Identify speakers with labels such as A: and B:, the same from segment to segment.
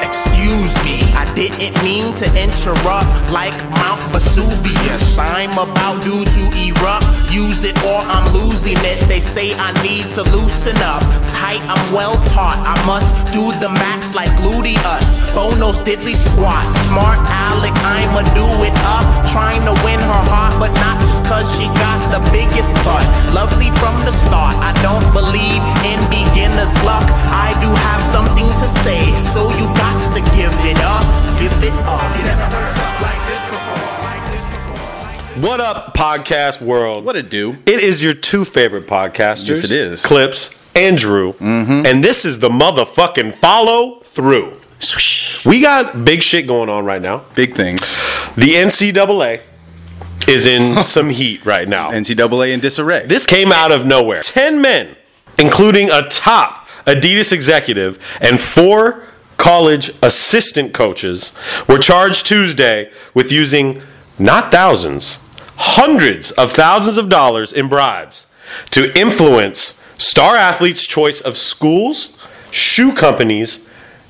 A: Excuse me, I didn't mean to interrupt like Mount Vesuvius. I'm about due to erupt. Use it or I'm losing it. They say I need to loosen up. Tight, I'm well taught. I must do the max like gluteus. Bono diddly squat. Smart Alec, I'ma do it up. Trying to win her heart, but not just cause she got the biggest butt. Lovely from the start. I don't believe in beginner's luck. I do have something to say, so you got to give it up. Give it up. You never heard something like this before. Like this before. Like this
B: What up, podcast world?
C: What it do?
B: It is your two favorite podcasters.
C: Yes, it is. Mm-hmm.
B: Clips and Drew. And this is the motherfucking follow through. We got big shit going on right now.
C: Big things.
B: The NCAA is in some heat right now.
C: NCAA in disarray.
B: This came out of nowhere. 10 men, including a top Adidas executive and four college assistant coaches, were charged Tuesday with using not thousands, hundreds of thousands of dollars in bribes to influence star athletes' choice of schools, shoe companies,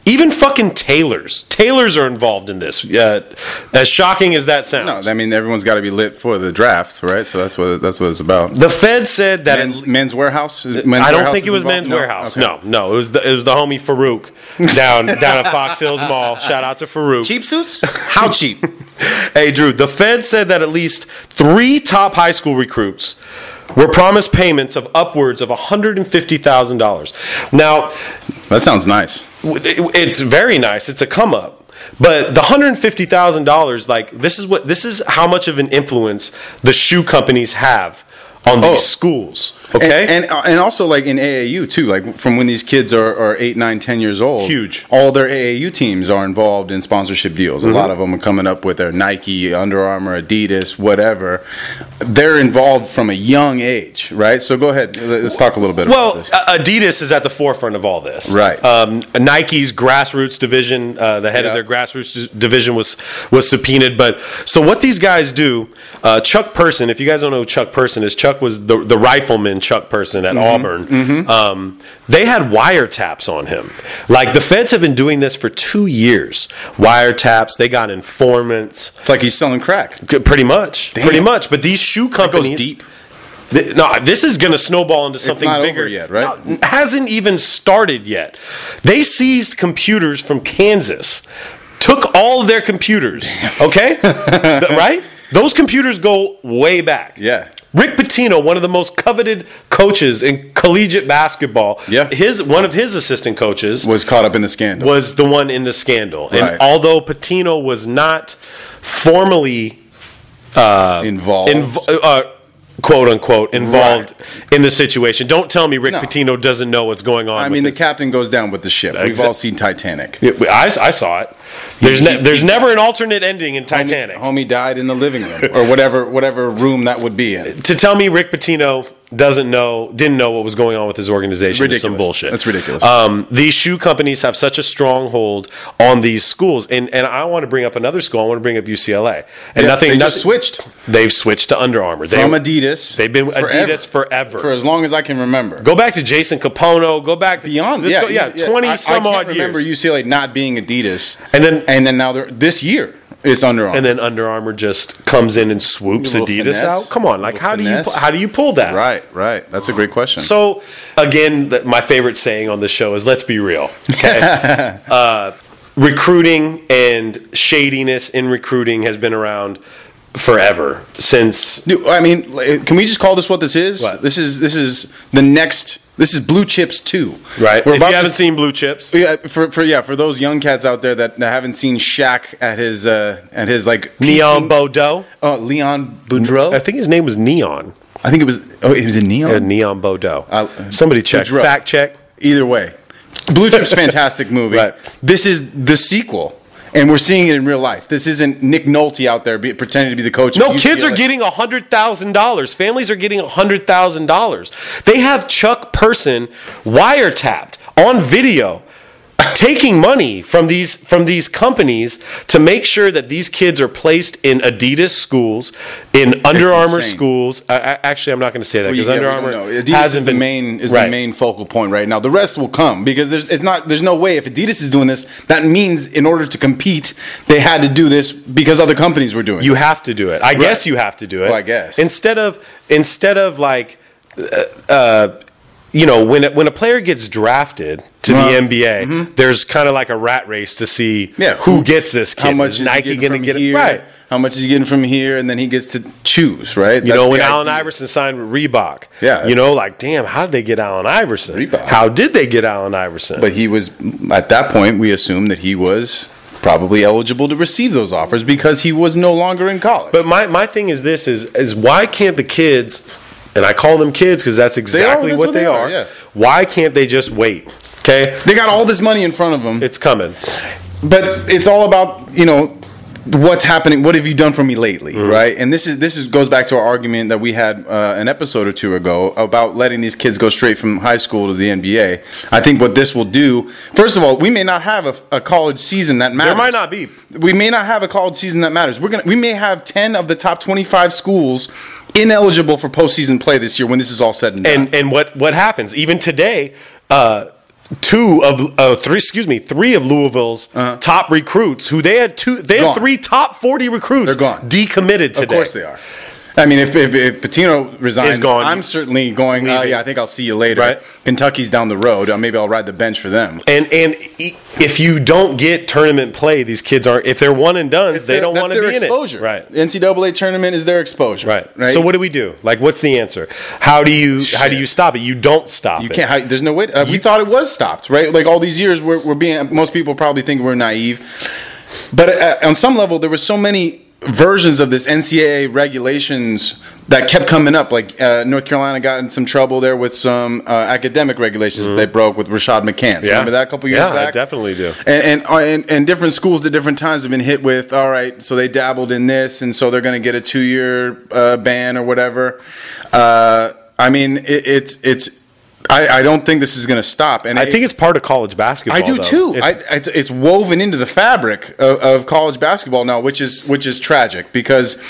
B: even fucking tailors. Tailors are involved in this. Uh, as shocking as that sounds.
C: no, I mean everyone's got to be lit for the draft, right? So that's what that's what it's about.
B: the Fed said that
C: Men's, men's warehouse. Men's
B: I don't
C: Warehouse
B: think it
C: is
B: was
C: involved?
B: Men's
C: No?
B: Warehouse.
C: Okay.
B: No, no, it was the it was the homie Farouk down down at Fox Hills Mall. Shout out to Farouk.
C: Cheap suits? How cheap?
B: Hey, Drew. The Fed said that at least three top high school recruits were promised payments of upwards of one hundred and fifty thousand dollars. Now,
C: that sounds nice.
B: w- it- it's very nice. It's a come up. But the hundred and fifty thousand dollars, like this is what this is how much of an influence the shoe companies have on these
C: Oh.
B: schools.
C: And-
B: Okay,
C: And, and also like in AAU too, like from when these kids are, are eight, nine, ten years old.
B: Huge. Mm-hmm.
C: All their AAU teams are involved in sponsorship deals. A lot of them are coming up with their Nike, Under Armour, Adidas, whatever. They're involved from a young age, right? So go ahead. let- Let's talk a little bit
B: Well, uh,
C: about this.
B: A- Adidas is at the forefront of all this,
C: Right.
B: Um, Nike's grassroots division, uh, the head of
C: Yeah.
B: their grassroots d- division was was subpoenaed. But so what these guys do, uh, Chuck Person, if you guys don't know who Chuck Person is, Chuck was the the rifleman Chuck Person at
C: Mm-hmm.
B: Auburn. Um, they had wiretaps on him. Like the feds have been doing this for two years. Wiretaps. They got informants.
C: It's like he's selling crack.
B: Good- Pretty much. Pretty much. But these shoe
C: goes
B: companies
C: deep.
B: Th- no, this is going to snowball into something
C: not over
B: bigger
C: yet, right?
B: No, hasn't even started yet. They seized computers from Kansas, took all their computers. Okay, Th- right? Those computers go way back.
C: Yeah.
B: Rick Pitino, one of the most coveted coaches in collegiate basketball.
C: Yeah.
B: His one of his assistant coaches
C: Was caught up in the scandal.
B: was the one in the scandal,
C: Right.
B: and although Pitino was not formally
C: involved.
B: inv- uh, quote unquote involved in the situation. Don't tell me Rick
C: No.
B: Pitino doesn't know what's going on.
C: I
B: with
C: mean, the
B: this.
C: captain goes down with the ship. We've
B: Exa-
C: all seen Titanic.
B: Yeah, I, I saw it.
D: There's ne- there's never an alternate ending in Titanic.
C: Homie died in the living room or whatever whatever room that would be in.
D: to tell me Rick Pitino doesn't know, didn't know what was going on with his organization is some
C: Ridiculous.
D: bullshit.
C: That's ridiculous.
D: Um, these shoe companies have such a stronghold on these schools, and and I want to bring up another school. I want to bring up UCLA, and
C: Yeah,
D: nothing.
C: they
D: nothing
C: just switched
D: They've switched to Under Armour. They,
C: from Adidas.
D: They've been
C: forever.
D: Adidas forever.
C: for as long as I can remember.
D: go back to Jason Capono. Go back to
C: beyond.
D: this
C: Yeah,
D: go- yeah,
C: yeah,
D: twenty
C: I-
D: some
C: I
D: odd
C: can't remember
D: years,
C: UCLA not being Adidas,
D: And then-
C: and then now they're this year it's Under Armour.
D: and then Under Armour just comes in and swoops
C: Little
D: Adidas
C: finesse.
D: out. Come on, like
C: Little
D: how
C: finesse.
D: do you pu- how do you pull that?
C: right, right. That's a great question.
D: So, again, th- my favorite saying on the show is "Let's be real." Okay, uh, recruiting and shadiness in recruiting has been around forever since.
C: Dude, I mean, like, can we just call this what this is?
D: What?
C: This is this is the next. This is Blue Chips Two.
D: Right.
C: We're
D: if you
C: about to
D: haven't
C: s-
D: seen Blue Chips,
C: Yeah, for, for yeah, for those young cats out there that, that haven't seen Shaq at his uh, at his like
D: Neon
C: peaking-
D: Bodo.
C: Oh, Leon Boudreau.
D: I think his name was Neon.
C: I think it was. Oh, it was a Neon.
D: Yeah, Neon Bodo.
C: I- uh,
D: Somebody check.
C: Boudreaux.
D: Fact check.
C: Either way, Blue Chip's fantastic movie.
D: Right.
C: This is the sequel, and we're seeing it in real life. This isn't Nick Nolte out there be, pretending to be the coach. of
D: No, kids are
C: UCLA.
D: getting $100,000. Families are getting $100,000. They have Chuck Person wiretapped on video taking money from these from these companies to make sure that these kids are placed in Adidas schools, in Under Armour
C: insane.
D: schools. I, I, actually, I'm not going to say that
C: Well,
D: because
C: yeah,
D: Under
C: we don't
D: Armour
C: know. Adidas
D: hasn't
C: is
D: been
C: the main is
D: Right.
C: the main focal point right now. The rest will come because there's it's not there's no way if Adidas is doing this, that means in order to compete, they had to do this because other companies were doing.
D: You
C: it.
D: have to do it. I guess you have to do it.
C: Well, I guess.
D: instead of instead of like, uh, uh, you know, when a, when a player gets drafted to
C: Well,
D: the NBA, there's kind of like a rat race to see
C: Mm-hmm. Yeah,
D: who,
C: who-
D: gets this kid.
C: how much
D: is
C: is
D: Nike
C: going to
D: get it
C: here,
D: right?
C: How much is he getting from here, and then he gets to choose, right?
D: You know, when Allen Iverson signed with Reebok,
C: Yeah.
D: you know, like, damn, how did they get Allen Iverson?
C: Reebok.
D: How did they get Allen Iverson?
C: But he was at that point. We assumed that he was probably eligible to receive those offers because he was no longer in college.
D: But my, my thing is this is is why can't the kids and I call them kids because that's exactly
C: that's
D: what, they, are.
C: yeah.
D: Why can't they just wait? Okay,
C: they got all this money in front of them.
D: it's coming.
C: but it's all about you know what's happening what have you done for me lately
D: Mm-hmm.
C: right and this is this is goes back to our argument that we had uh, an episode or two ago about letting these kids go straight from high school to the nba i think what this will do first of all we may not have a, a college season that matters
D: There might not be.
C: we may not have a college season that matters. We're gonna we may have ten of the top twenty five schools ineligible for postseason play this year when this is all said and done.
D: And and what what happens even today? Uh, two of uh, three, excuse me, three of Louisville's top recruits who they had two, they
C: Uh-huh. Gone.
D: had three top forty recruits
C: They're gone.
D: decommitted today.
C: Of course they are. I mean, if, if, if Patino resigns,
D: Is gone.
C: I'm certainly going, uh,
D: Leaving.
C: yeah, I think I'll see you later.
D: Right.
C: Kentucky's down the road. Uh, maybe I'll ride the bench for them.
D: And and e- if you don't get tournament play, these kids aren't. If they're one and done, they don't
C: That's
D: want to
C: their
D: be
C: exposure.
D: in it. Right.
C: NCAA tournament is their exposure.
D: Right. So what do we do? Like, what's the answer? How do you how do
C: Shit.
D: you stop it? You don't stop
C: You
D: it.
C: can't. How, there's no way. Uh, we thought it was stopped, right? Like all these years, we're, we're being. Most people probably think we're naive, but uh, on some level, there were so many versions of this NCAA regulations that kept coming up. Like uh, North Carolina got in some trouble there with some uh, academic regulations that they broke with Rashad McCants.
D: Mm-hmm. Yeah.
C: Remember that a couple years
D: Yeah, I
C: back?
D: definitely do.
C: And and, uh, and and different schools at different times have been hit with. All right, so they dabbled in this, and so they're going to get a two year uh, ban or whatever. Uh, I mean, it, it's it's. I, I don't think this is going to stop, and
D: I think it's part of college basketball.
C: I do
D: though.
C: too.
D: It's-
C: I, it's, it's woven into the fabric of, of college basketball now, which is which is tragic because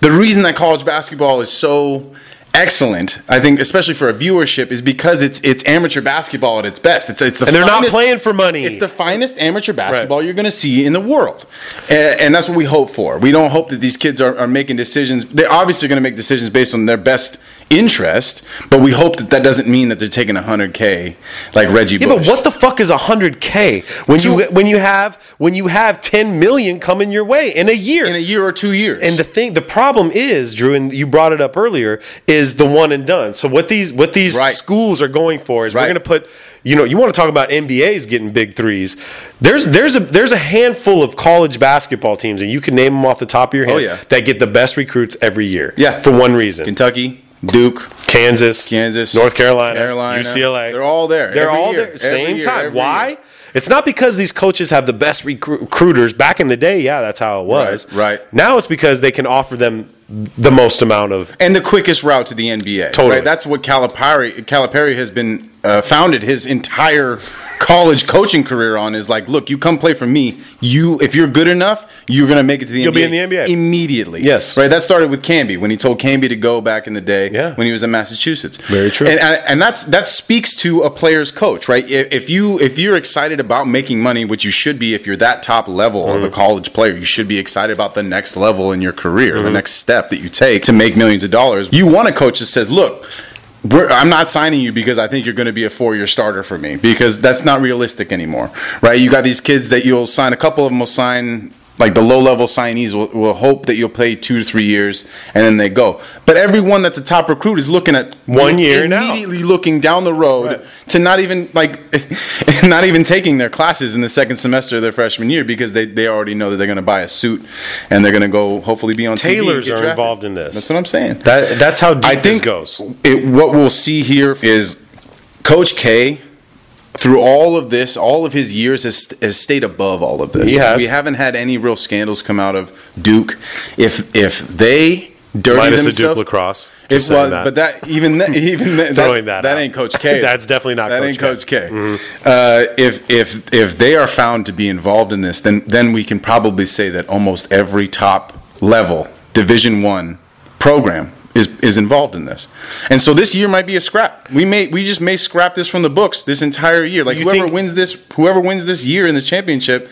C: the reason that college basketball is so excellent, I think, especially for a viewership, is because it's it's amateur basketball at its best. It's it's the
D: And they're not
C: finest-
D: playing for money.
C: It's the finest amateur basketball you're going to see in the world, and, and that's what we hope for. We don't hope that these kids are, are making decisions. They're obviously going to make decisions based on their best interest, but we hope that that doesn't mean that they're taking 100k like Reggie.
D: yeah,
C: Bush.
D: but what the fuck is hundred k when you
C: Two-
D: when you have when you have ten million coming your way in a year?
C: in a year or two years.
D: and the thing, the problem is, Drew, and you brought it up earlier, is the one and done. So what these what these
C: Right.
D: schools are going for is we're
C: Right.
D: going to put, you know, you want to talk about NBA's getting big threes. There's there's a there's a handful of college basketball teams, and you can name them off the top of your head
C: Oh, yeah.
D: that get the best recruits every year.
C: Yeah.
D: for one reason,
C: Kentucky, Duke,
D: Kansas,
C: Kansas,
D: North Carolina,
C: Carolina.
D: UCLA.
C: They're all there
D: They're
C: every
D: all
C: year,
D: there
C: every
D: same
C: year,
D: time.
C: every
D: Why?
C: year.
D: It's not because these coaches have the best recru- recruiters. Back in the day, yeah, that's how it was.
C: Right, right.
D: Now it's because they can offer them the most amount of
C: and the quickest route to the NBA.
D: Totally.
C: right? that's what Calipari Calipari has been uh, founded his entire college coaching career on is like, look, you come play for me. You, if you're good enough, you're gonna make it to the
D: You'll
C: NBA
D: be in the NBA.
C: immediately.
D: Yes.
C: right. That started with Canby when he told Canby to go back in the day
D: Yeah.
C: when he was in Massachusetts.
D: Very true.
C: And, and and that's that speaks to a player's coach, right? If, if you if you're excited about making money, which you should be if you're that top level of
D: Mm.
C: a college player, you should be excited about the next level in your career,
D: Mm-hmm.
C: the next step that you take to make millions of dollars. You want a coach that says, "Look, we're, I'm not signing you because I think you're going to be a four year starter for me because that's not realistic anymore, right? You got these kids that you'll sign, a couple of them will sign, like the low level signees will, will hope that you'll play two to three years and then they go. But everyone that's a top recruit is looking at
D: One year now.
C: immediately looking down the road to not even like not even taking their classes in the second semester of their freshman year because they, they already know that they're going to buy a suit and they're going to go hopefully be on TV and
D: tailors
C: get
D: are
C: drafted.
D: involved in this.
C: That's what I'm saying.
D: that, that's how deep
C: I think
D: this goes.
C: It, what we'll see here is Coach K, through all of this, all of his years, has, has stayed above all of this.
D: He has.
C: We haven't had any real scandals come out of Duke. If if they dirty
D: Minus the Duke
C: themselves,
D: lacrosse.
C: It
D: Just
C: was,
D: saying that.
C: but that even that, even that,
D: Throwing
C: that,
D: that
C: that
D: out.
C: ain't Coach K.
D: That's definitely not
C: that
D: Coach
C: ain't
D: K. Mm-hmm.
C: Coach K. Uh, if if if they are found to be involved in this, then then we can probably say that almost every top level Division One program is is involved in this. And so this year might be a scrap. We may we just may scrap this from the books this entire year. Like
D: You
C: whoever
D: think-
C: wins this, whoever wins this year in this championship,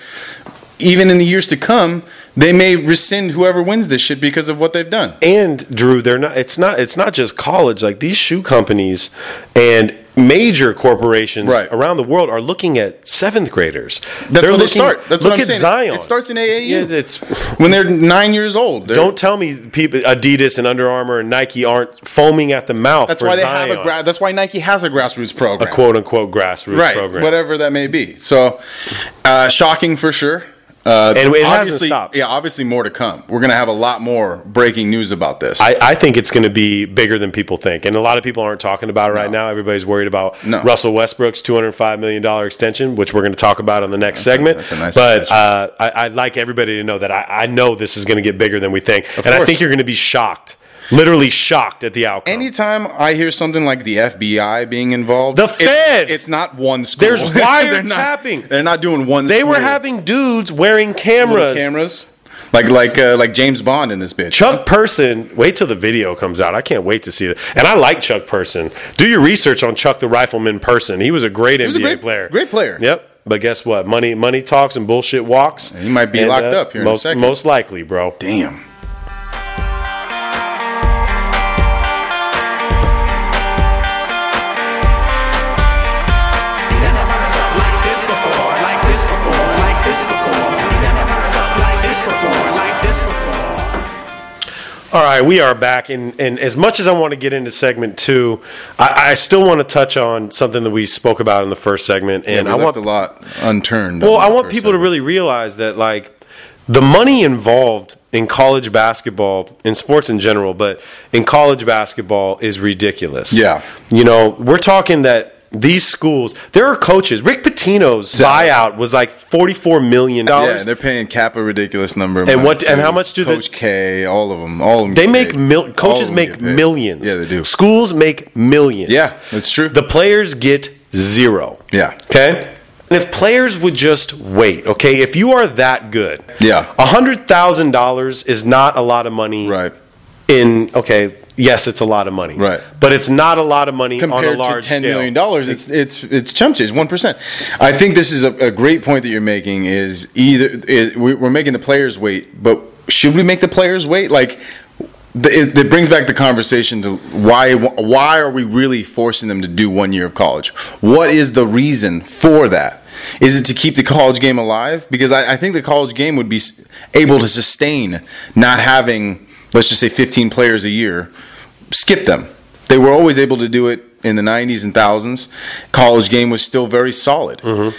C: even in the years to come. They may rescind whoever wins this shit because of what they've done.
D: and Drew, they're not. It's not. It's not just college. Like these shoe companies and major corporations
C: Right.
D: around the world are looking at seventh graders.
C: That's
D: They're
C: where they
D: looking-
C: start. That's
D: look
C: what I'm
D: at
C: saying.
D: Zion.
C: It starts in AAU.
D: Yeah, it's.
C: when they're nine years old. They're-
D: Don't tell me people Adidas and Under Armour and Nike aren't foaming at the mouth.
C: That's
D: for
C: why they
D: Zion,
C: have a. Gra- that's why Nike has a grassroots program.
D: a quote unquote grassroots
C: right,
D: program.
C: whatever that may be. So, uh, shocking for sure. Uh,
D: And it hasn't
C: obviously-
D: stopped.
C: Yeah, obviously more to come. We're gonna have a lot more breaking news about this.
D: I, I think it's going to be bigger than people think, and a lot of people aren't talking about it right now. Everybody's worried about
C: No.
D: Russell Westbrook's two hundred five million dollar extension, which we're going to talk about on the next segment.
C: that's a nice
D: but
C: extension.
D: uh, I, I'd like everybody to know that I, I know this is going to get bigger than we think, and I
C: course.
D: think you're going to be shocked, literally shocked at the outcome.
C: Anytime I hear something like the FBI being involved,
D: The
C: it's-
D: feds!
C: it's, not one school.
D: There's
C: They're not-
D: wiretapping.
C: They're not doing one.
D: they were
C: school.
D: having dudes wearing
C: Little
D: cameras.
C: cameras, like like uh, like James Bond in this bitch.
D: Chuck Person, wait till the video comes out. I can't wait to see it. And I like Chuck Person. Do your research on Chuck the Rifleman Person. He was a great
C: was
D: NBA
C: a great-
D: player.
C: great player.
D: Yep. But guess what? Money money talks and bullshit walks. uh,
C: He might be locked up here in a
D: most,
C: second.
D: most likely, bro.
C: Damn.
E: You never heard something like this before, like this before, like this before. You never heard something like this before, like this before.
D: All right, we are back, and, and as much as I want to get into segment two, I, I still want to touch on something that we spoke about in the first segment, and
C: And
D: I
C: I
D: want
C: left a lot unturned.
D: Well,
C: on
D: I
C: that
D: want
C: first
D: people to
C: segment.
D: really realize that like the money involved in college basketball, in sports in general, but in college basketball is ridiculous.
C: Yeah.
D: You know, we're talking that these schools, there are coaches. Rick Pitino's
C: Salary.
D: buyout was like forty-four million
C: Yeah,
D: dollars.
C: and they're paying Cap a ridiculous number. of
D: And
C: money,
D: what- and
C: too.
D: how much do the-
C: Coach K, all of them, all of them.
D: They
C: get
D: make
C: paid. All
D: mil-
C: of
D: coaches
C: them
D: make
C: get paid.
D: millions.
C: Yeah, they do.
D: Schools make millions.
C: Yeah, that's true.
D: The players get zero.
C: Yeah.
D: Okay. And if players would just wait, okay, if you are that good,
C: Yeah.
D: hundred thousand dollars is not a lot of money,
C: Right.
D: In okay, yes, it's a lot of money,
C: Right.
D: But it's not a lot of money on a
C: Compared to
D: large
C: ten million
D: scale.
C: dollars, it's it's it's chump change, one percent. I think this is a, a great point that you're making. Is either is, we- we're making the players wait, but should we make the players wait? Like, the, it, it brings back the conversation to why why are we really forcing them to do one year of college? What is the reason for that? Is it to keep the college game alive? Because I, I think the college game would be s- able to sustain not having, let's just say, 15 players a year. Skip them. They were always able to do it in the 90s and thousands. College game was still very solid. Uh,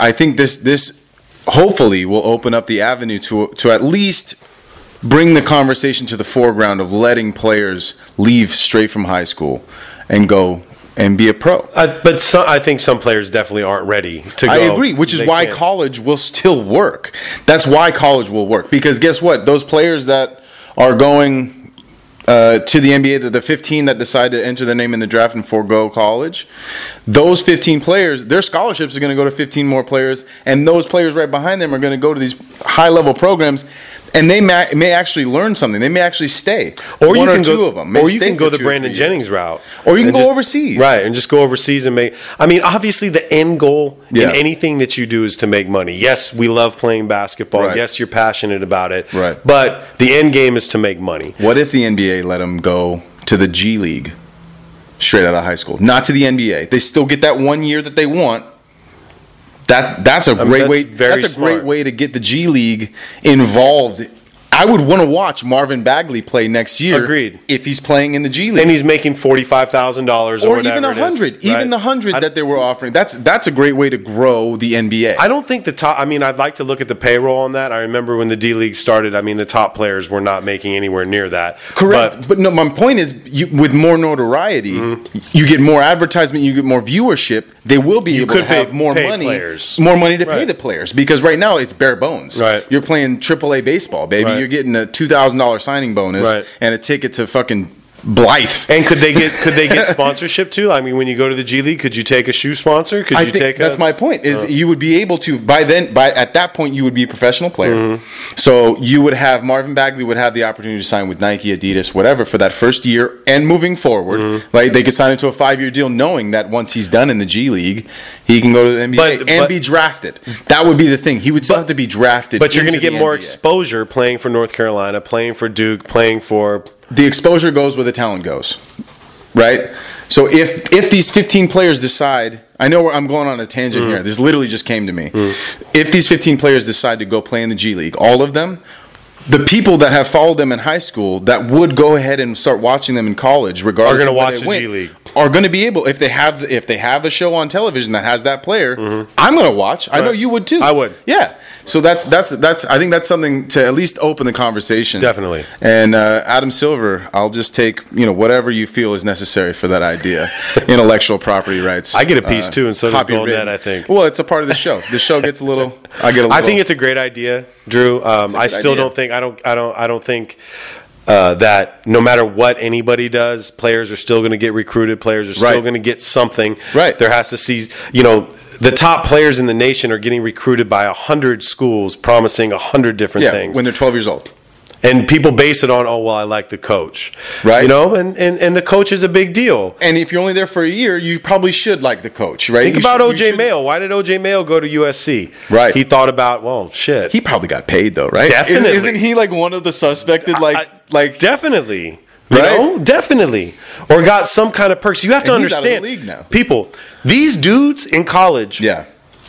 C: I think this this hopefully will open up the avenue to to at least bring the conversation to the foreground of letting players leave straight from high school and go and be a pro.
D: Uh, but some, I think some players definitely aren't ready to go.
C: I agree, which is
D: They
C: why
D: can't.
C: college will still work. That's why college will work because guess what? Those players that are going uh, to the NBA, the, the 15 that decide to enter their name in the draft and forego college, those 15 players, their scholarships are going to go to 15 more players, and those players right behind them are going to go to these high level programs. And they may, may actually learn something. They may actually stay.
D: or you
C: One
D: can
C: two
D: go,
C: of them. may
D: or you
C: stay
D: can
C: for
D: go the
C: two or
D: Brandon
C: three years.
D: Jennings route,
C: Or you can
D: and
C: go
D: just-
C: overseas.
D: right? And just go overseas and make. I mean, obviously, the end goal
C: Yeah.
D: in anything that you do is to make money. Yes, we love playing basketball.
C: Right.
D: Yes, you're passionate about it.
C: Right.
D: But the end game is to make money.
C: What if the NBA let them go to the G League straight out of high school? Not to the NBA. They still get that one year that they want. That that's a
D: mean,
C: great
D: that's
C: way.
D: very
C: that's a
D: smart.
C: great way to get the G League involved. I would want to watch Marvin Bagley play next year.
D: Agreed.
C: If he's playing in the G League,
D: And he's making forty five thousand dollars,
C: or
D: or
C: even
D: whatever
C: a
D: it is,
C: hundred,
D: right?
C: even the hundred
D: I-
C: that they were offering. That's that's a great way to grow the NBA.
D: I don't think the top. I mean, I'd like to look at the payroll on that. I remember when the D League started. I mean, the top players were not making anywhere near that.
C: Correct,
D: But
C: but, no. My point is, you, with more notoriety,
D: Mm-hmm.
C: you get more advertisement, you get more viewership. They will be able
D: could
C: to have
D: pay-
C: more
D: pay
C: money,
D: players.
C: more money to pay
D: Right.
C: the players because right now it's bare bones.
D: Right.
C: you're playing AAA baseball, baby.
D: Right.
C: You're getting a two thousand dollars signing bonus
D: Right.
C: and a ticket to fucking Blythe.
D: and could they get could they get sponsorship too? I mean, when you go to the G League, could you take a shoe sponsor? Could
C: I
D: you
C: think
D: take
C: that's
D: a,
C: my point. Is you would be able to by then by at that point you would be a professional player.
D: Mm-hmm.
C: So you would have Marvin Bagley would have the opportunity to sign with Nike, Adidas, whatever for that first year and moving forward.
D: Mm-hmm.
C: Like they could sign into a five year deal, knowing that once he's done in the G League, he can go to the NBA
D: But-
C: and
D: but-
C: be drafted. That would be the thing. He would still have to be drafted.
D: But you're going
C: into
D: to get
C: the
D: more
C: NBA.
D: exposure playing for North Carolina, playing for Duke, playing for
C: the exposure goes where the talent goes, right? So if if these 15 players decide, I know where I'm going on a tangent
D: Mm.
C: here. This literally just came to me. If these 15 players decide to go play in the G League, all of them, the people that have followed them in high school that would go ahead and start watching them in college, regardless
D: Are gonna
C: of where
D: watch
C: they
D: the
C: went,
D: G League.
C: are going to be able if they have if they have a show on television that has that player, I'm going to watch. I know
D: Mm-hmm. Right.
C: you would too.
D: I would.
C: Yeah. So that's that's that's I think that's something to at least open the conversation.
D: Definitely.
C: And uh, Adam Silver, I'll just take you know whatever you feel is necessary for that idea. Intellectual property rights.
D: I get a piece, too, and so does
C: copywritten.
D: Goldnet, I think.
C: Well, it's a part of the show. The show gets a little. I get a little.
D: I think it's a great idea, Drew. Um,
C: a
D: I
C: good
D: still
C: idea.
D: don't think I don't I don't I don't think uh, that no matter what anybody does, players are still going to get recruited. Players are still
C: Right.
D: going to get something.
C: Right.
D: There has to see you know. The top players in the nation are getting recruited by a hundred schools, promising a hundred different
C: yeah
D: things.
C: when they're 12 years old.
D: and people base it on, oh well, I like the coach,
C: Right.
D: You know, and and, and the coach is a big deal.
C: And if you're only there for a year, you probably should like the coach, right?
D: Think
C: You
D: about
C: should- you
D: OJ
C: should-
D: Mayo. Why did OJ Mayo go to USC?
C: Right.
D: He thought about, well, shit.
C: He probably got paid though, right? Isn't-
D: Definitely.
C: Isn't he like one of the suspected like
D: I-
C: like
D: definitely you
C: Right?
D: know definitely or got some kind of perks you have to
C: And he's out of the
D: understand
C: league now.
D: people these dudes in college
C: yeah.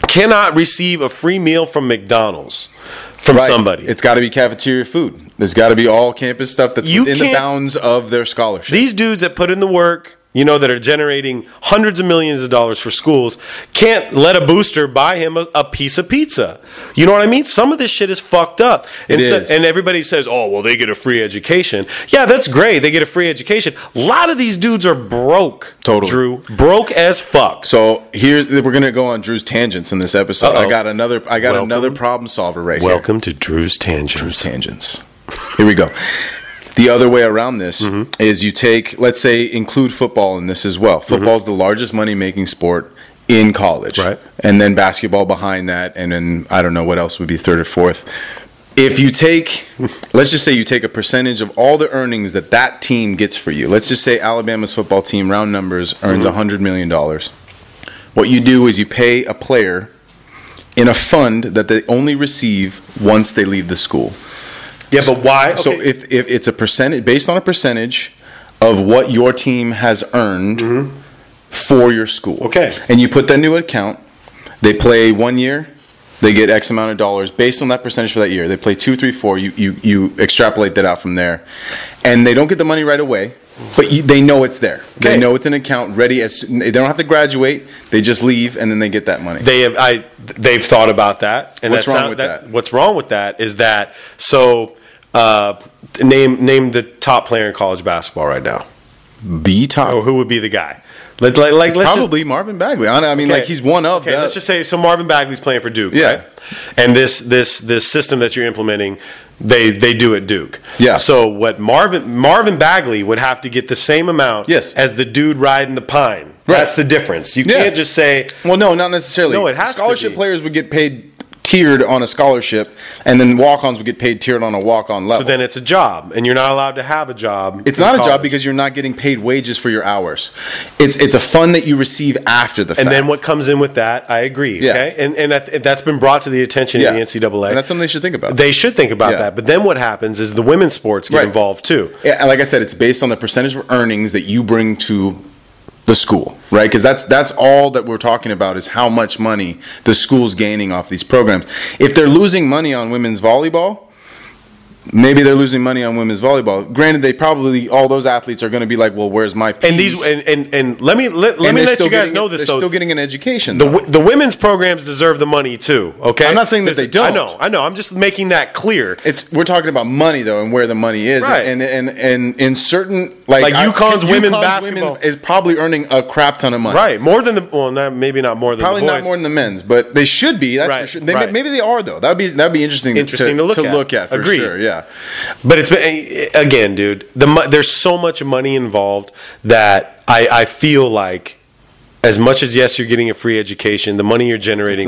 D: cannot receive a free meal from mcdonald's from
C: Right.
D: somebody
C: It's got to be cafeteria food. There's got to be all campus stuff that's
D: You
C: within the
D: can't-
C: bounds of their scholarship.
D: these dudes that put in the work you know that are generating hundreds of millions of dollars for schools can't let a booster buy him a, a piece of pizza you know what i mean some of this shit is fucked up and,
C: It
D: so-
C: is.
D: and everybody says oh well they get a free education yeah that's great they get a free education a lot of these dudes are broke
C: Totally.
D: drew broke as fuck
C: so here's we're gonna go on Drew's tangents in this episode.
D: Uh-oh.
C: I got another. I got
D: Welcome.
C: another problem solver right here.
D: welcome to drew's tangents
C: tangents. Here we go. The other way around this
D: Mm-hmm.
C: is you take, let's say, include football in this as well. Football's the largest money making sport in college.
D: Right.
C: And then basketball behind that. And then I don't know what else would be third or fourth. If you take, let's just say you take a percentage of all the earnings that that team gets for you. Let's just say Alabama's football team, round numbers,
D: Mm-hmm.
C: earns a $100 million. What you do is you pay a player in a fund that they only receive once they leave the school.
D: yeah but why
C: So
D: Okay.
C: if, if it's a percentage based on a percentage of what your team has earned for your school.
D: Mm-hmm. Okay.
C: And you put that into account. They play one year, they get X amount of dollars based on that percentage for that year. They play two, three, four. You you you extrapolate that out from there, and they don't get the money right away, but you, they know it's there.
D: Okay.
C: They know it's an account ready as soon- they don't have to graduate. They just leave and then they get that money.
D: they have I they've thought about that. And
C: What's
D: that
C: wrong
D: sound-
C: with that?
D: What's wrong with that is that so uh, name name the top player in college basketball right now.
C: the top.
D: Or who would be the guy? Let, like, like, let's just-
C: Oh. Probably Marvin Bagley. I I mean, like he's one of.
D: Okay,
C: the-
D: let's just say so. Marvin Bagley's playing for Duke,
C: Yeah.
D: right? And this this this system that you're implementing, they they do at Duke.
C: Yeah.
D: So what Marvin Marvin Bagley would have to get the same amount
C: Yes.
D: as the dude riding the pine.
C: Right.
D: That's the difference. You
C: Yeah.
D: can't just say
C: Well, no, not necessarily.
D: No, it has to
C: scholarship
D: be.
C: players would get paid tiered on a scholarship, and then walk-ons would get paid tiered on a walk-on level.
D: so then it's a job and you're not allowed to have a job.
C: It's
D: in
C: not a
D: college.
C: job because you're not getting paid wages for your hours. It's it's a fund that you receive after the fact.
D: And then what comes in with that, I agree.
C: Yeah.
D: Okay. And, and I th- that's been brought to the attention
C: Yeah.
D: of the NCAA.
C: And that's something they should think about.
D: They should think about
C: Yeah.
D: that. But then what happens is the women's sports get
C: Right.
D: involved too.
C: Yeah, and like I said, it's based on the percentage of earnings that you bring to the school, right? Because that's that's all that we're talking about is how much money the school's gaining off these programs. If they're losing money on women's volleyball, maybe they're losing money on women's volleyball. Granted, they probably all those athletes are going to be like, "Well, where's my?" Piece?
D: And these and, and, and let me let, let
C: And
D: me
C: they're
D: let
C: still
D: you guys
C: getting-
D: know this
C: They're
D: though.
C: still getting an education.
D: the,
C: though.
D: w- the women's programs deserve the money too. Okay,
C: I'm not saying that
D: There's-
C: they don't.
D: I know, I know. I'm just making that clear.
C: It's we're talking about money though, and where the money is,
D: Right.
C: and, and and and in certain like
D: Like
C: I-
D: UConn's women
C: women
D: basketball.
C: is probably earning a crap ton of money,
D: Right, more than the well, not, maybe not more than
C: Probably
D: the boys.
C: not more than the men's, but they should be. That's for
D: Right,
C: sure. They,
D: right.
C: Maybe they are though. That'd be that'd be interesting,
D: Interesting to look at.
C: for
D: Agreed.
C: sure. Yeah,
D: But it's been again, dude. The mo- there's so much money involved that I, I feel like, as much as yes, you're getting a free education, the money you're generating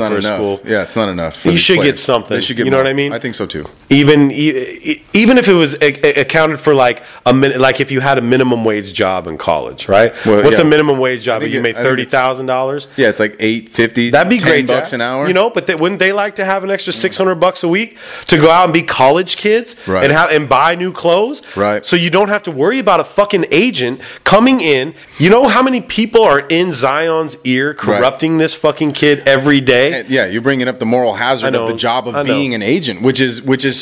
C: it's not
D: for a
C: enough.
D: school,
C: Yeah, it's not enough. for
D: You
C: these
D: should get
C: players.
D: something.
C: They should get
D: You know
C: more.
D: what I mean?
C: I think so too.
D: even e- e- even if it was a- a- accounted for like a minute, like if you had a minimum wage job in college, right?
C: Well,
D: What's
C: yeah.
D: a minimum wage job?
C: think
D: You
C: it- I
D: make
C: think
D: thirty
C: it's-
D: thousand dollars.
C: Yeah, it's like eight fifty.
D: That'd be
C: 10
D: great,
C: bucks
D: Jack.
C: an hour.
D: You know, but they, wouldn't they like to have an extra six hundred bucks a week to go out and be college kids
C: Right.
D: and have and buy new clothes?
C: Right.
D: So you don't have to worry about a fucking agent coming in. You know how many people are in Zion's ear corrupting this fucking kid every day?
C: And, yeah, you're bringing up the moral hazard
D: I know.
C: of the job
D: I
C: of
D: know.
C: being an agent, which is which is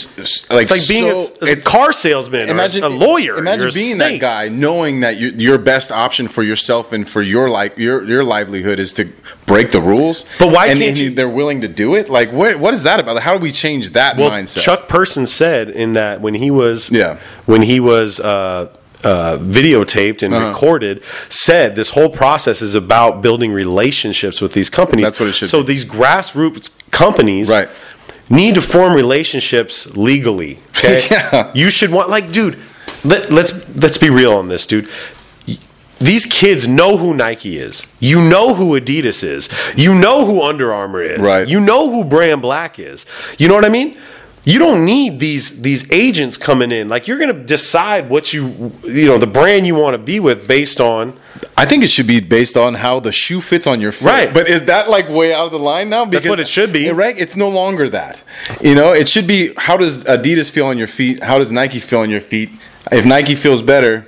C: like
D: it's like being a-
C: so-
D: a, car salesman or a lawyer.
C: Imagine
D: You're a
C: being that
D: snake.
C: guy, knowing that you, your best option for yourself and for your like your your livelihood is to break the rules.
D: But why
C: and,
D: can't
C: and
D: you-
C: They're willing to do it. Like, what what is that about? Like, how do we change that
D: Well,
C: mindset?
D: Chuck Person said in that when he was
C: Yeah.
D: when he was uh, uh, videotaped and
C: Uh-huh.
D: recorded, said this whole process is about building relationships with these companies.
C: That's what it should
D: So
C: be.
D: these grassroots companies,
C: Right.
D: need to form relationships legally. Okay,
C: Yeah.
D: you should want like, dude. Let, let's let's be real on this, dude. These kids know who Nike is. You know who Adidas is. You know who Under Armour is.
C: Right.
D: You know who Brand Black is. You know what I mean? You don't need these these agents coming in. Like you're going to decide what you you know the brand you want to be with based on.
C: I think it should be based on how the shoe fits on your foot.
D: Right.
C: But is that like way out of the line now? Because
D: what it should be.
C: Right. It's no longer that. You know, it should be how does Adidas feel on your feet? How does Nike feel on your feet? If Nike feels better,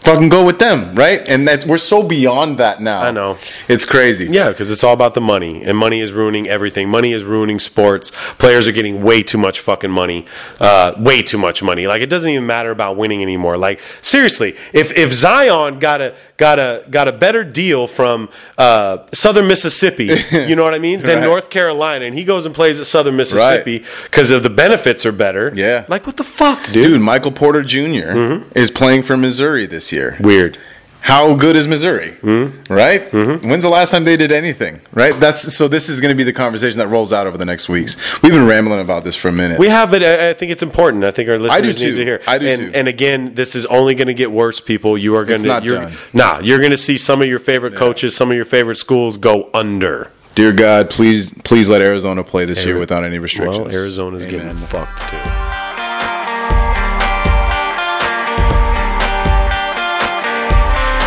C: fucking go with them, right? And that's we're so beyond that now.
D: I know.
C: It's crazy.
D: Yeah, because it's all about the money, and money is ruining everything. Money is ruining sports. Players are getting way too much fucking money, uh, way too much money. Like it doesn't even matter about winning anymore. Like seriously, if if Zion got a got a got a better deal from uh, Southern Mississippi, you know what I mean, than
C: Right.
D: North Carolina, and he goes and plays at Southern Mississippi because of the benefits are better.
C: Yeah.
D: like what the fuck, dude?
C: Dude, Michael Porter junior
D: Mm-hmm.
C: is playing for Missouri this year.
D: Weird.
C: how good is Missouri?
D: Mm-hmm.
C: Right? When's the last time they did anything? Right? That's so. This is going to be the conversation that rolls out over the next weeks. We've been rambling about this for a minute.
D: We have, but I I think it's important. I think our listeners
C: do
D: need
C: too.
D: to hear.
C: I do
D: and,
C: too.
D: And again, this is only going to get worse. People, you are going
C: It's
D: to
C: not
D: you're,
C: done.
D: Nah, you're going to see some of your favorite coaches, some of your favorite schools go under.
C: Dear God, please, please let Arizona play this year without any restrictions.
D: Well, Arizona's
C: Amen.
D: getting fucked too.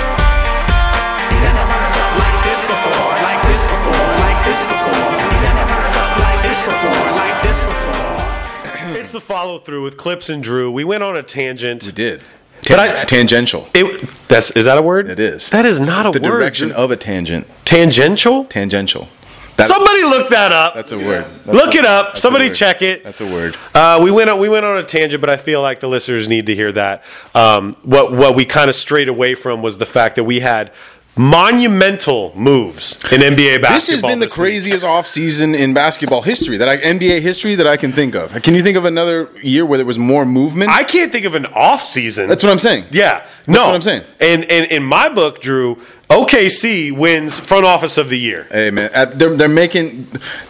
A: You never heard something like this before, like this before, like this before. You never heard something like this before, like this before.
D: It's the follow through with clips and Drew. We went on a tangent.
C: We did.
D: But I-
C: tangential.
D: It that's is that a word?
C: It is.
D: That is not a
C: the
D: word.
C: direction of a tangent.
D: Tangential.
C: Tangential. That's,
D: Somebody look that up.
C: That's a word.
D: Look it up.
C: That's a
D: Somebody
C: word.
D: check it.
C: That's a word.
D: Uh, we went on, we went on a tangent, but I feel like the listeners need to hear that. Um, what what we kind of strayed away from was the fact that we had monumental moves in NBA basketball.
C: This has been the
D: this week.
C: craziest offseason in basketball history that I NBA history that I can think of. Can you think of another year where there was more movement?
D: I can't think of an off season.
C: That's what I'm saying.
D: Yeah, no,
C: what I'm saying.
D: And and in my book, Drew, OKC wins front office of the year.
C: Hey man, at, they're, they're making,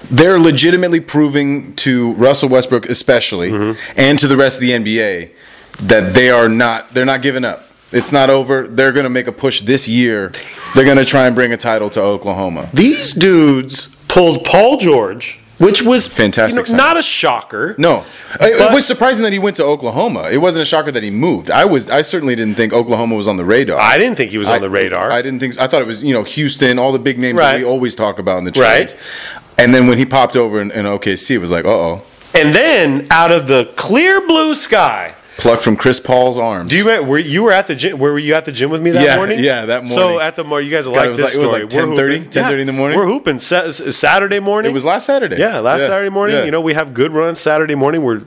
C: they're legitimately proving to Russell Westbrook especially,
D: Mm-hmm.
C: and to the rest of the NBA, that they are not, they're not giving up. It's not over. They're going to make a push this year. They're going to try and bring a title to Oklahoma.
D: These dudes pulled Paul George, which was
C: Fantastic
D: you know,
C: signing.
D: not a shocker.
C: No, Uh, it, it
D: But-
C: was surprising that he went to Oklahoma. It wasn't a shocker that he moved. I was, I certainly didn't think Oklahoma was on the radar.
D: I didn't think he was
C: I-
D: on the radar.
C: I didn't think. so. I thought it was you know Houston, all the big names that
D: Right.
C: we always talk about in the
D: Right.
C: trades. And then when he popped over in, in OKC, it was like, uh oh,
D: and then out of the clear blue sky,
C: plucked from Chris Paul's arms.
D: do you remember, were you were at the gym? Where were you at the gym with me that
C: Yeah,
D: morning?
C: yeah, that
D: So
C: morning.
D: at the morning, you guys will
C: God,
D: like
C: it was like-
D: this
C: it was
D: story.
C: like
D: We're
C: 10:30,
D: hooping. Yeah,
C: 10:30 in the morning.
D: We're hooping Sa- Saturday morning.
C: It was last Saturday.
D: Yeah, last Saturday morning.
C: yeah.
D: You know, we have good runs Saturday morning. We're,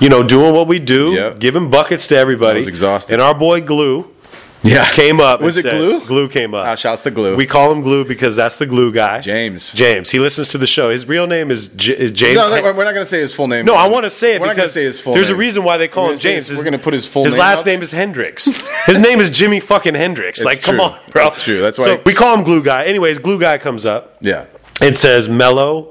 D: you know, doing what we do,
C: Yep.
D: giving buckets to everybody.
C: I was exhausted.
D: And our boy Glue
C: yeah,
D: came up. and
C: Was it
D: said-
C: glue?
D: Glue came up.
C: Ah, shouts to Glue.
D: We call him Glue because that's the glue guy.
C: James.
D: James. He listens to the show. His real name is, J- is James.
C: No,
D: Hen-
C: that- we're not going to say his full name.
D: no, I want to say it
C: We're not gonna
D: because
C: say his full
D: there's a
C: name.
D: reason why they call
C: We're
D: him
C: gonna say
D: James.
C: his- we're gonna put his full
D: His
C: name
D: last
C: up.
D: name is Hendrix. his name is Jimmy fucking Hendrix.
C: It's
D: like, come
C: true.
D: on, bro.
C: It's true. That's why-
D: So we call him Glue Guy. Anyways, Glue Guy comes up.
C: Yeah.
D: It says mellow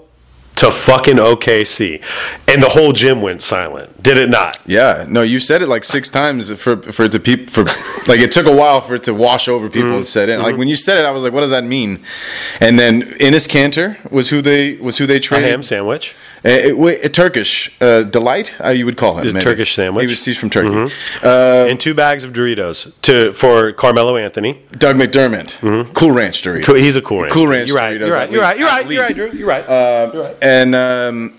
D: to fucking OKC. And the whole gym went silent. Did it not?
C: Yeah, no, you said it like six times for for it to peop for like it took a while for it to wash over
D: Mm-hmm.
C: people and set in. Like when you said it, I was like, what does that mean? And then Ennis Cantor was who they was who they
D: A
C: traded.
D: ham sandwich.
C: Uh, it- wait, a Turkish uh, delight, uh, you would call him.
D: He's a
C: maybe.
D: Turkish sandwich. Mm-hmm.
C: He was he's from Turkey.
D: and two bags of Doritos to for Carmelo Anthony.
C: Uh, Doug McDermott, Cool Ranch Doritos.
D: Mm-hmm. Cool- He's a cool ranch.
C: Cool Ranch
D: You're right.
C: Doritos,
D: You're right.
C: at
D: You're right.
C: least-
D: You're right.
C: at
D: You're right.
C: least. Uh,
D: Drew. You're right.
C: And um,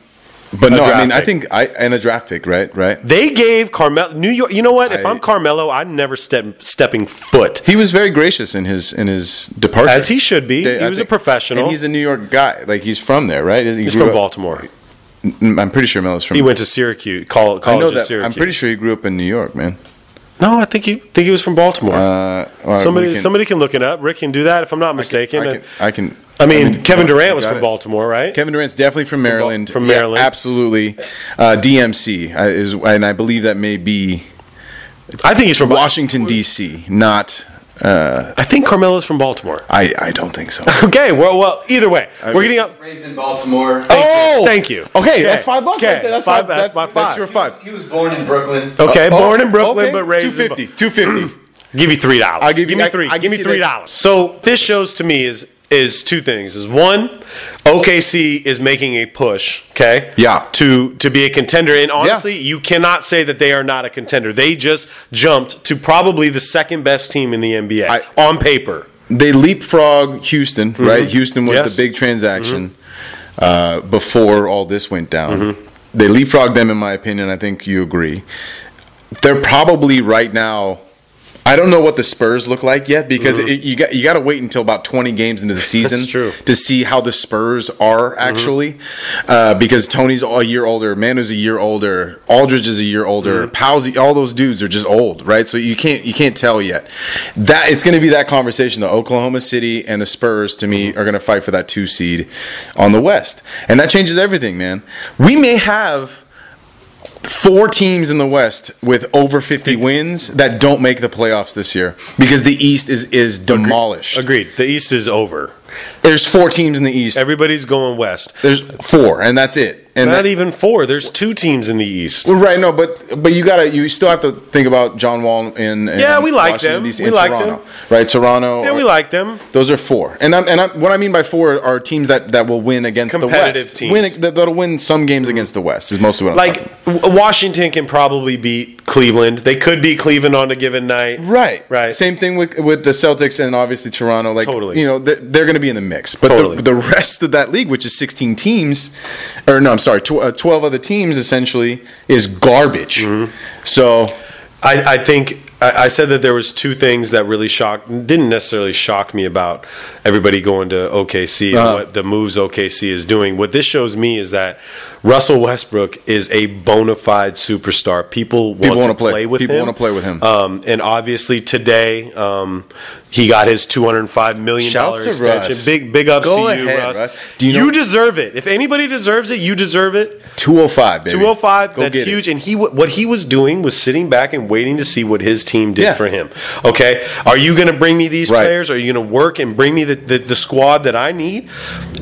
C: but no, I
D: draft
C: mean, I
D: pick.
C: think I and a draft pick, right? Right.
D: they gave Carmelo New York. You know what? If I,
C: I-
D: am Carmelo, I'm never step, stepping foot.
C: He was very gracious in his in his departure,
D: As he should be. He was a professional.
C: and he's a New York guy. Like he's from there, right? He
D: He's
C: grew
D: from
C: up-
D: Baltimore.
C: Mm, I'm pretty sure Melo's from.
D: He went to Syracuse. Call,
C: I
D: college
C: know
D: of
C: that.
D: Syracuse.
C: I'm pretty sure he grew up in New York, man.
D: No, I think he think he was from Baltimore.
C: Uh, all right,
D: somebody
C: we can-
D: somebody can look it up. Rick can do that if I'm not mistaken.
C: I can. I, can,
D: I mean, Kevin Durant was
C: got
D: from
C: it.
D: Baltimore, right?
C: Kevin Durant's definitely from Maryland.
D: from
C: Yeah,
D: Maryland.
C: absolutely. Uh, DMC uh, is, and I believe that may be
D: I think he's from
C: Washington D.C. Not. Uh,
D: I think Carmelo's from Baltimore.
C: I I don't think so.
D: Okay, well, well, either way, we're getting up.
F: Raised in Baltimore.
D: Thank you. Thank you.
C: Oh, Okay, that's five bucks.
D: Okay,
C: Right there. That's
D: five-
C: five.
D: that's
C: That's,
D: my
C: that's
D: five.
C: your five.
F: He was born in Brooklyn.
D: Okay,
C: Oh,
D: born in Brooklyn
C: okay,
D: but raised in
C: 250, 250.
D: Ba- give you three dollars.
C: I'll give you-
D: me
C: I-
D: three.
C: I
D: give
C: can
D: me
C: see
D: three
C: that.
D: dollars. So this shows to me is is two things. Is one, OKC is making a push. Okay.
C: Yeah.
D: To to be a contender, and honestly, you cannot say that they are not a contender. They just jumped to probably the second best team in the NBA
C: I-
D: on paper.
C: They leapfrog Houston, right? Houston was
D: Yes.
C: the big transaction uh, before all this went down. They leapfrogged them, in my opinion. I think you agree. They're probably right now. I don't know what the Spurs look like yet because it, you got you got to wait until about twenty games into the season
D: true.
C: to see how the Spurs are actually. Uh, because Tony's a year older, Manu's a year older, Aldridge is a year older, Posey, all those dudes are just old, right? So you can't you can't tell yet. That it's going to be that conversation. though. Oklahoma City and the Spurs to me are going to fight for that two seed on the West, and that changes everything, man. We may have four teams in the West with over 50 wins that don't make the playoffs this year because the East is is demolished.
D: Agreed. The East is over.
C: There's four teams in the East.
D: Everybody's going west.
C: There's four, and that's it. And
D: Not
C: that,
D: even four. There's two teams in the East.
C: well, right, no, but but you gotta you still have to think about John Wall and, and
D: Yeah, we like
C: Washington,
D: them.
C: DC,
D: We
C: and
D: like
C: Toronto,
D: them.
C: right? Toronto,
D: Yeah, we
C: are-
D: like them.
C: those are four, and I'm, and I'm, what I mean by four are teams that, that will win against the
D: Competitive
C: West.
D: teams. Mm-hmm.
C: Win, that, that'll win some games against the West is mostly what I'm talking
D: Like W- Washington can probably beat Cleveland. They could beat Cleveland on a given night.
C: Right,
D: Right.
C: Same thing with with the Celtics and obviously Toronto. Like,
D: Totally.
C: you know, they're, they're going to be in the mix. But
D: Totally.
C: the, the rest of that league, which is 16 teams, or no, I'm sorry, tw- uh, 12 other teams essentially, is garbage.
D: Mm-hmm.
C: So
D: I, I think I, I said that there was two things that really shocked, didn't necessarily shock me about
C: Uh-huh.
D: everybody going to OKC and what the moves OKC is doing. What this shows me is that Russell Westbrook is a bona fide superstar. People want
C: People
D: to
C: wanna
D: play.
C: play.
D: with
C: People
D: him.
C: wanna play with him.
D: Um, and obviously today, um, he got his two hundred five million
C: Shouts
D: dollar
C: to
D: extension.
C: Russ.
D: Big big ups
C: Go
D: to you,
C: ahead,
D: Russ.
C: Russ. Do
D: You,
C: you know-
D: deserve it. If anybody deserves it, you deserve it.
C: 205, baby.
D: 205
C: Go
D: that's
C: get it.
D: huge and he wa- what he was doing was sitting back and waiting to see what his team did
C: Yeah.
D: for him okay are you going to bring me these
C: Right.
D: players are you going to work and bring me the, the, the squad that i need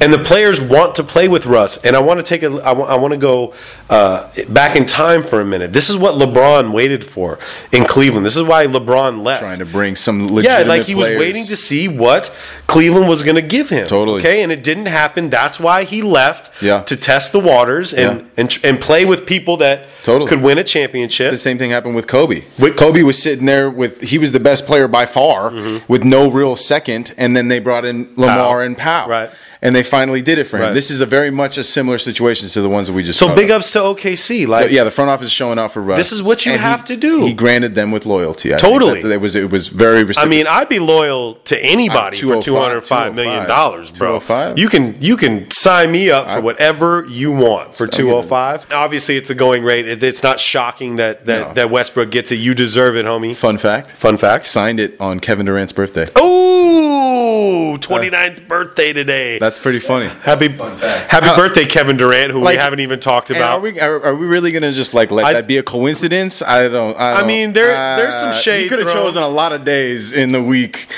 D: and the players want to play with russ and i want to take a i, wa- I want to go uh, back in time for a minute this is what lebron waited for in cleveland this is why lebron left
C: Trying to bring some legitimate
D: yeah, like he was
C: players.
D: waiting to see what Cleveland was going to give him.
C: Totally.
D: Okay, and it didn't happen. That's why he left.
C: Yeah.
D: To test the waters and
C: Yeah.
D: and tr- and play with people that
C: Totally.
D: could win a championship.
C: The same thing happened with Kobe. Kobe was sitting there with he was the best player by far with no real second, and then they brought in Lamar
D: Mm-hmm. Powell.
C: and Powell,
D: Right.
C: And they finally did it for him.
D: Right.
C: This is a very much a similar situation to the ones that we just.
D: so
C: brought
D: big ups to OKC. Like
C: yeah, the front office is showing out for Russ.
D: This is what you
C: And he-
D: have to do.
C: He granted them with loyalty. I think
D: Totally.
C: that- that was it was very.
D: I
C: reciprocal.
D: mean, I'd be loyal to anybody for
C: 205,
D: two hundred five million dollars, bro.
C: 205.
D: You can you can sign me up for whatever you want for
C: getting
D: two hundred five. Obviously, it's a going rate. It, it's not shocking that that,
C: No.
D: that Westbrook gets it. You deserve it, homie.
C: fun fact.
D: Fun fact.
C: Signed it on Kevin Durant's birthday.
D: Oh, 29th birthday today.
C: Uh, That's pretty funny.
D: Happy happy birthday, Kevin Durant, who
C: Like-
D: we haven't even talked
C: And are
D: about.
C: we are, are we really gonna just like let
D: I-
C: that be a coincidence? I don't. I,
D: I
C: don't- uh,
D: mean, there- there's some shade
C: You could have
D: thrown.
C: chosen a lot of days in the week,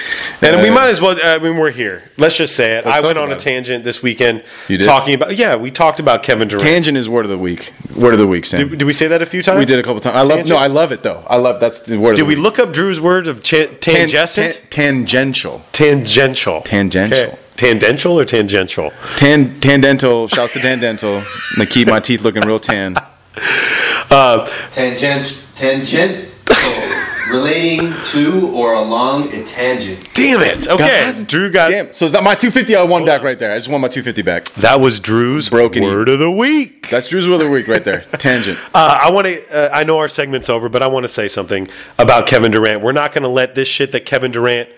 D: and we
C: Uh,
D: might as well. I mean, we're here. Let's just say it.
C: Let's
D: I went
C: talk
D: on a
C: about it.
D: tangent this weekend.
C: You did?
D: talking about yeah. We talked about Kevin Durant.
C: Tangent is word of the week. Word of the week, Sam.
D: did, did we say that a few times?
C: we did a couple times. I love. No,
D: Tangent?
C: I love it though. I love that's the word.
D: Did
C: of the
D: we
C: week.
D: look up Drew's word of cha-
C: Tan-
D: tangent?
C: tan- tangential?
D: tangential.
C: Tangential.
D: Okay. Tangential or tangential?
C: Tan tangential. Shouts to tangential. to keep my teeth looking real tan.
F: Tangent, tangent, relating to or along a tangent.
D: Damn it. Okay.
C: God
D: Drew got
C: Damn. So is that my 250? I won back right there. I just won my 250 back.
D: That was Drew's
C: Broken. E.
D: word of the week.
C: That's Drew's word of the week right there. Tangent.
D: Uh, I want to. Uh, I know our segment's over, but I want to say something about Kevin Durant. We're not going to let this shit that Kevin Durant.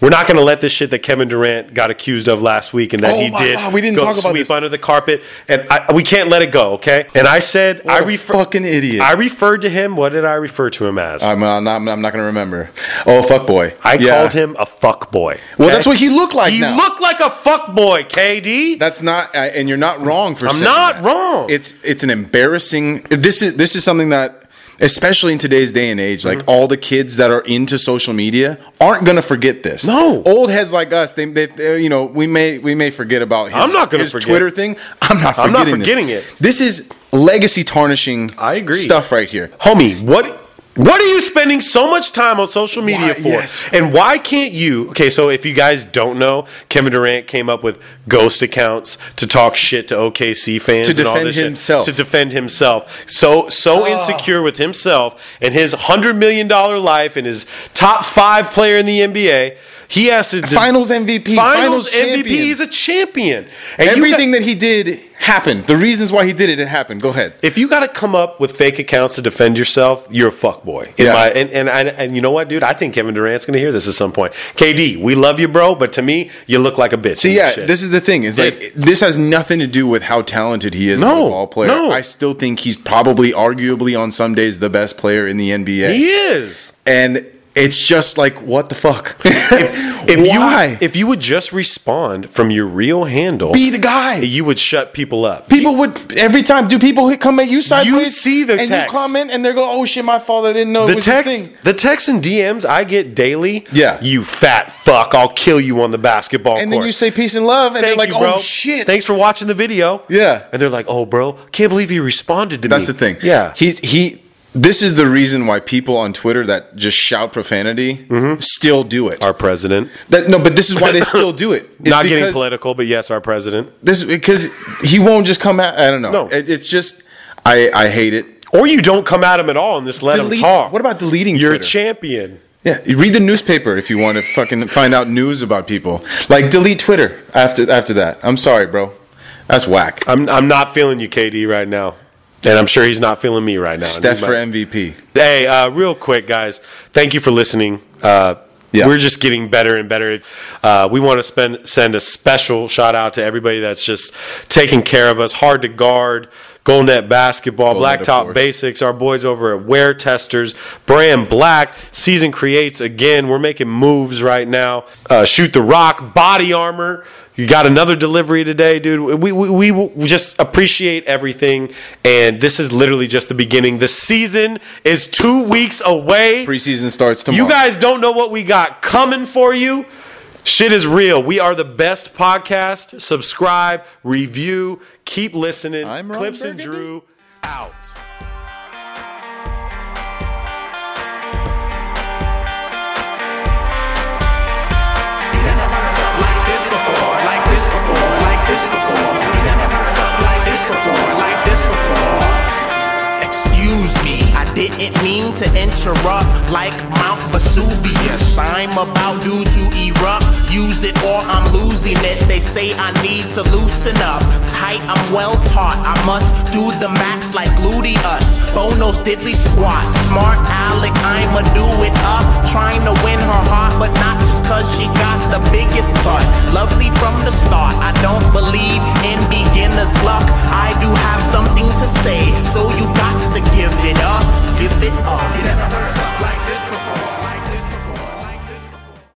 D: We're not going to let this shit that Kevin Durant got accused of last week and that
C: Oh
D: he
C: my
D: did
C: God, we didn't
D: go
C: talk about
D: sweep
C: this.
D: under the carpet, and I, we can't let it go. Okay. And I said I
C: What a
D: refer-
C: fucking idiot.
D: I referred to him. What did I refer to him as?
C: I'm, uh, not, I'm not going to remember. Oh, fuck boy.
D: I called him a fuck boy.
C: Well, that's what he looked like.
D: He
C: now.
D: looked like a fuck boy, KD.
C: That's not, I- and you're not wrong for.
D: I'm
C: saying
D: not
C: that.
D: wrong.
C: It's it's an embarrassing. This is this is something that, especially in today's day and age, like
D: Mm-hmm.
C: all the kids that are into social media aren't gonna forget this.
D: No.
C: old heads like us, they, they, they- you know we may we may forget about. His,
D: I'm not gonna
C: his
D: forget.
C: Twitter thing. I'm not. Forgetting
D: I'm not
C: this.
D: forgetting it.
C: This is legacy tarnishing.
D: I agree.
C: Stuff right here.
D: homie, what what are you spending so much time on social media
C: Why-
D: for?
C: yes.
D: And why can't you? Okay, so if you guys don't know, Kevin Durant came up with ghost accounts to talk shit to OKC fans
C: To Oh.
D: and all
C: defend
D: this shit.
C: himself.
D: to defend himself. So so insecure with himself and his hundred million dollar life and his top five player in the NBA. He has to
C: Finals MVP,
D: Finals,
C: finals
D: MVP.
C: champion.
D: He's a champion. And you got-
C: Everything that he did happened. The reasons why he did it, it happened. Go ahead.
D: if you got to come up with fake accounts to defend yourself, you're a fuckboy. In
C: Yeah.
D: my and, and and and you know what, dude? I think Kevin Durant's going to hear this at some point. KD, we love you, bro, but to me, you look like a bitch.
C: See, yeah, this is the thing. Is like this has nothing to do with how talented he is as
D: No,
C: a ball player.
D: no.
C: I still think he's probably, arguably, on some days the best player in the NBA.
D: he is.
C: And it's just like, what the fuck?
D: If
C: Why?
D: you if you would just respond from your real handle,
C: Be the guy.
D: you would shut people up.
C: people would every time. Do people hit- come at you sideways?
D: see the
C: and
D: text.
C: you comment, and they're going, "Oh shit, my fault. I didn't know." it
D: the
C: was a
D: text,
C: thing."
D: the texts and DMs I get daily.
C: Yeah.
D: you fat fuck! I'll kill you on the basketball
C: and
D: court.
C: then you say peace and love, and
D: Thank
C: they're like,
D: you, bro.
C: "Oh shit."
D: Thanks for watching the video.
C: Yeah.
D: And they're like, oh, bro, can't believe he responded to
C: That's
D: me.
C: the thing.
D: Yeah.
C: He he this is the reason why people on Twitter that just shout profanity
D: Mm-hmm.
C: still do it.
D: our president.
C: That, no, but this is why they still do it. It's
D: Not getting
C: because-
D: political, but yes, our president.
C: This because he won't just come out. I don't know.
D: No.
C: It, it's just I I hate it.
D: Or you don't come at him at all and just let him
C: Delete-
D: talk.
C: What about deleting?
D: You're
C: Twitter?
D: a champion.
C: Yeah, you read the newspaper if you want to fucking find out news about people. Like delete Twitter after after that. I'm sorry, bro. That's whack.
D: I'm, I'm not feeling you, KD, right now. And I'm sure he's not feeling me right now.
C: Steph
D: He
C: for
D: might-
C: MVP.
D: Hey, uh, real quick, guys. Thank you for listening. Uh,
C: Yeah.
D: We're just getting better and better. Uh, we want to spend send a special shout out to everybody that's just taking care of us. Hard to guard, goal net basketball,
C: Goal Net, of
D: blacktop
C: course.
D: basics. Our boys over at Wear Testers, Brand Black, Season Creates. Again, we're making moves right now. Uh, shoot the rock, body armor. You got another delivery today, dude. We, we, we, we just appreciate everything. And this is literally just the beginning. The season is two weeks away.
C: Preseason starts tomorrow.
D: You guys don't know what we got coming for you. Shit is real. We are the best podcast. Subscribe, review, keep listening.
C: I'm Ron
D: Clips and
C: Burgundy.
D: Drew out.
A: We never heard something like this before, like this before, like this before. We never heard something like this before, like this before. Excuse me, I didn't mean to interrupt. Like Mount Vesuvius, I'm about due to erupt. Use it or I'm losing it. They say I need to loosen up. Tight, I'm well taught. I must do the max like gluteus. Bonos diddly squat. Smart Alec, I'ma do it up. Trying to win her heart, but not